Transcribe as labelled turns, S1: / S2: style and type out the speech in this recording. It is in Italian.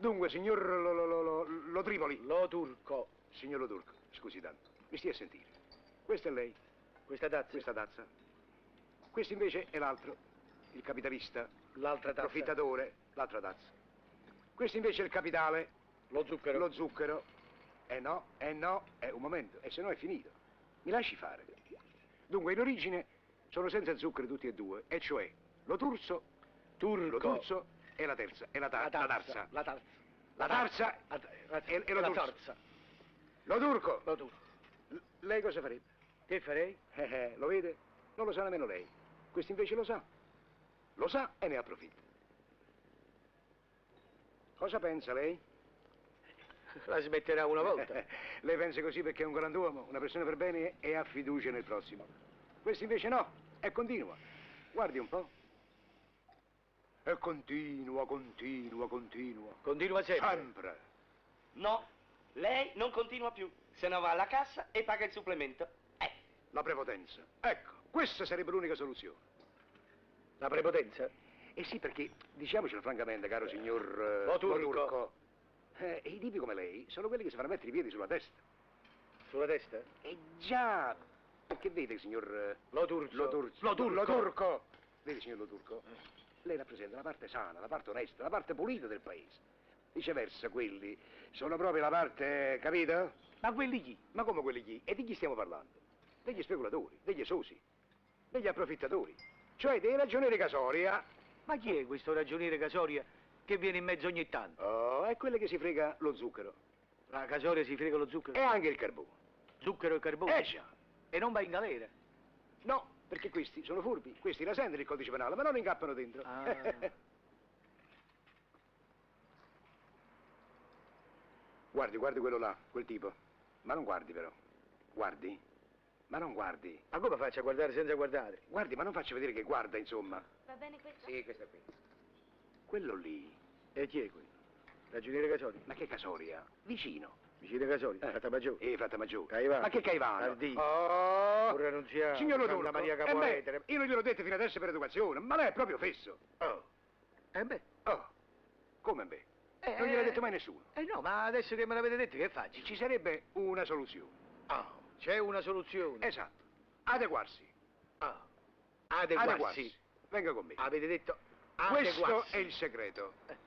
S1: Dunque, signor lo, lo, lo, lo, lo Tripoli.
S2: Lo turco.
S1: Signor Lo Turco, scusi tanto, mi stia a sentire. Questa è lei,
S2: Questa tazza.
S1: questa tazza. Questo invece è l'altro, il capitalista,
S2: L'altra tazza.
S1: profittatore, l'altra tazza. Questo invece è il capitale,
S2: Lo zucchero.
S1: lo zucchero. Eh no, eh no, è un momento, e se no è finito. Mi lasci fare. Dunque, in origine sono senza zucchero tutti e due, e cioè lo turso,
S2: turco.
S1: lo turso e la terza, e la, ta-
S2: La
S1: la
S2: tarza.
S1: tarza.
S2: La tarza.
S1: La tarza
S2: La tarza.
S1: e- e lo
S2: la
S1: turco.
S2: tarza.
S1: Lo turco!
S2: Lo turco.
S1: L- lei cosa farebbe?
S2: Che farei?
S1: Eh, eh, lo vede? Non lo sa nemmeno lei. Questo invece lo sa. Lo sa e ne approfitta. Cosa pensa lei?
S2: La smetterà una volta.
S1: lei pensa così perché è un grand'uomo, una persona per bene e ha fiducia nel prossimo. Questo invece no, è continua. Guardi un po'. È continua, continua, continua.
S2: Continua sempre.
S1: Sempre.
S3: No, lei non continua più. Se ne va alla cassa e paga il supplemento. Eh,
S1: La prepotenza. Ecco, questa sarebbe l'unica soluzione.
S2: La prepotenza?
S1: Eh sì, perché, diciamocelo francamente, caro signor eh,
S2: Lo Turco.
S1: eh, i tipi come lei sono quelli che si fanno mettere i piedi sulla testa.
S2: Sulla testa?
S1: E già, perché vede, signor... eh,
S2: Lo turco.
S1: Lo Turco.
S2: Lo turco.
S1: Lo Turco. Vede, signor Lo Turco, lei rappresenta la parte sana, la parte onesta, la parte pulita del paese. Viceversa, quelli sono proprio la parte, capito?
S2: Ma quelli chi?
S1: Ma come quelli chi? E di chi stiamo parlando? Degli speculatori, degli esosi, degli approfittatori, cioè dei ragionieri casoria.
S2: Ma chi è questo ragioniere Casoria che viene in mezzo ogni tanto?
S1: Oh, è quelle che si frega lo zucchero.
S2: La Casoria si frega lo zucchero.
S1: E anche il carbone.
S2: Zucchero e carbone.
S1: Eh già.
S2: E non va in galera.
S1: No, perché questi sono furbi, questi la sentono il codice penale, ma non incappano dentro.
S2: Ah.
S1: guardi, guardi quello là, quel tipo. Ma non guardi però. Guardi. Ma non guardi.
S2: Ma come faccio a guardare senza guardare?
S1: Guardi, ma non faccio vedere che guarda, insomma.
S4: Va bene questo?
S3: sì, questa qui.
S1: Quello lì.
S2: E chi è quello? Ragioniere Casoria.
S1: Ma che casoria. Vicino.
S2: Vicino Casoria.
S1: Eh.
S2: Eh. Catamaggiore.
S1: Eh, fatta maggiore.
S2: Caivano.
S1: Ma che Caivano?
S2: Arditi.
S1: Oh!
S2: Pur renunziato,
S1: Signor Lo
S2: Santa
S1: Turco,
S2: Maria
S1: eh beh,
S2: Capoetere.
S1: io non gliel'ho detto fino adesso per educazione, ma lei è proprio fesso. Oh,
S2: Eh beh.
S1: oh. Come beh?
S2: Eh,
S1: non gliel'ha
S2: eh.
S1: detto mai nessuno.
S2: Eh no, ma adesso che me l'avete detto che faccio?
S1: Ci sarebbe una soluzione.
S2: Ah, c'è una soluzione.
S1: Esatto. Adeguarsi.
S2: Ah, adeguarsi.
S1: Venga con me.
S2: Avete detto adeguarsi.
S1: Questo è il segreto.